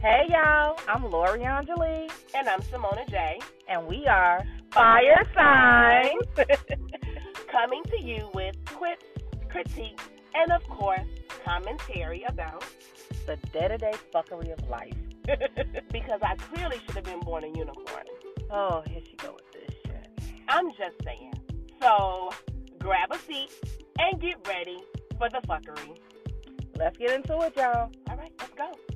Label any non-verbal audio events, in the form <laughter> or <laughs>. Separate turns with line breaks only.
Hey y'all, I'm Lori Angelee,
And I'm Simona J.
and we are
Fire Signs. <laughs> Coming to you with quips, critiques, and of course, commentary about <laughs>
the day-to-day fuckery of life.
because I clearly should have been born a unicorn.
Oh, here she go with this shit.
I'm just saying. So grab a seat and get ready for the fuckery.
Let's get into it, y'all.
All right, let's go.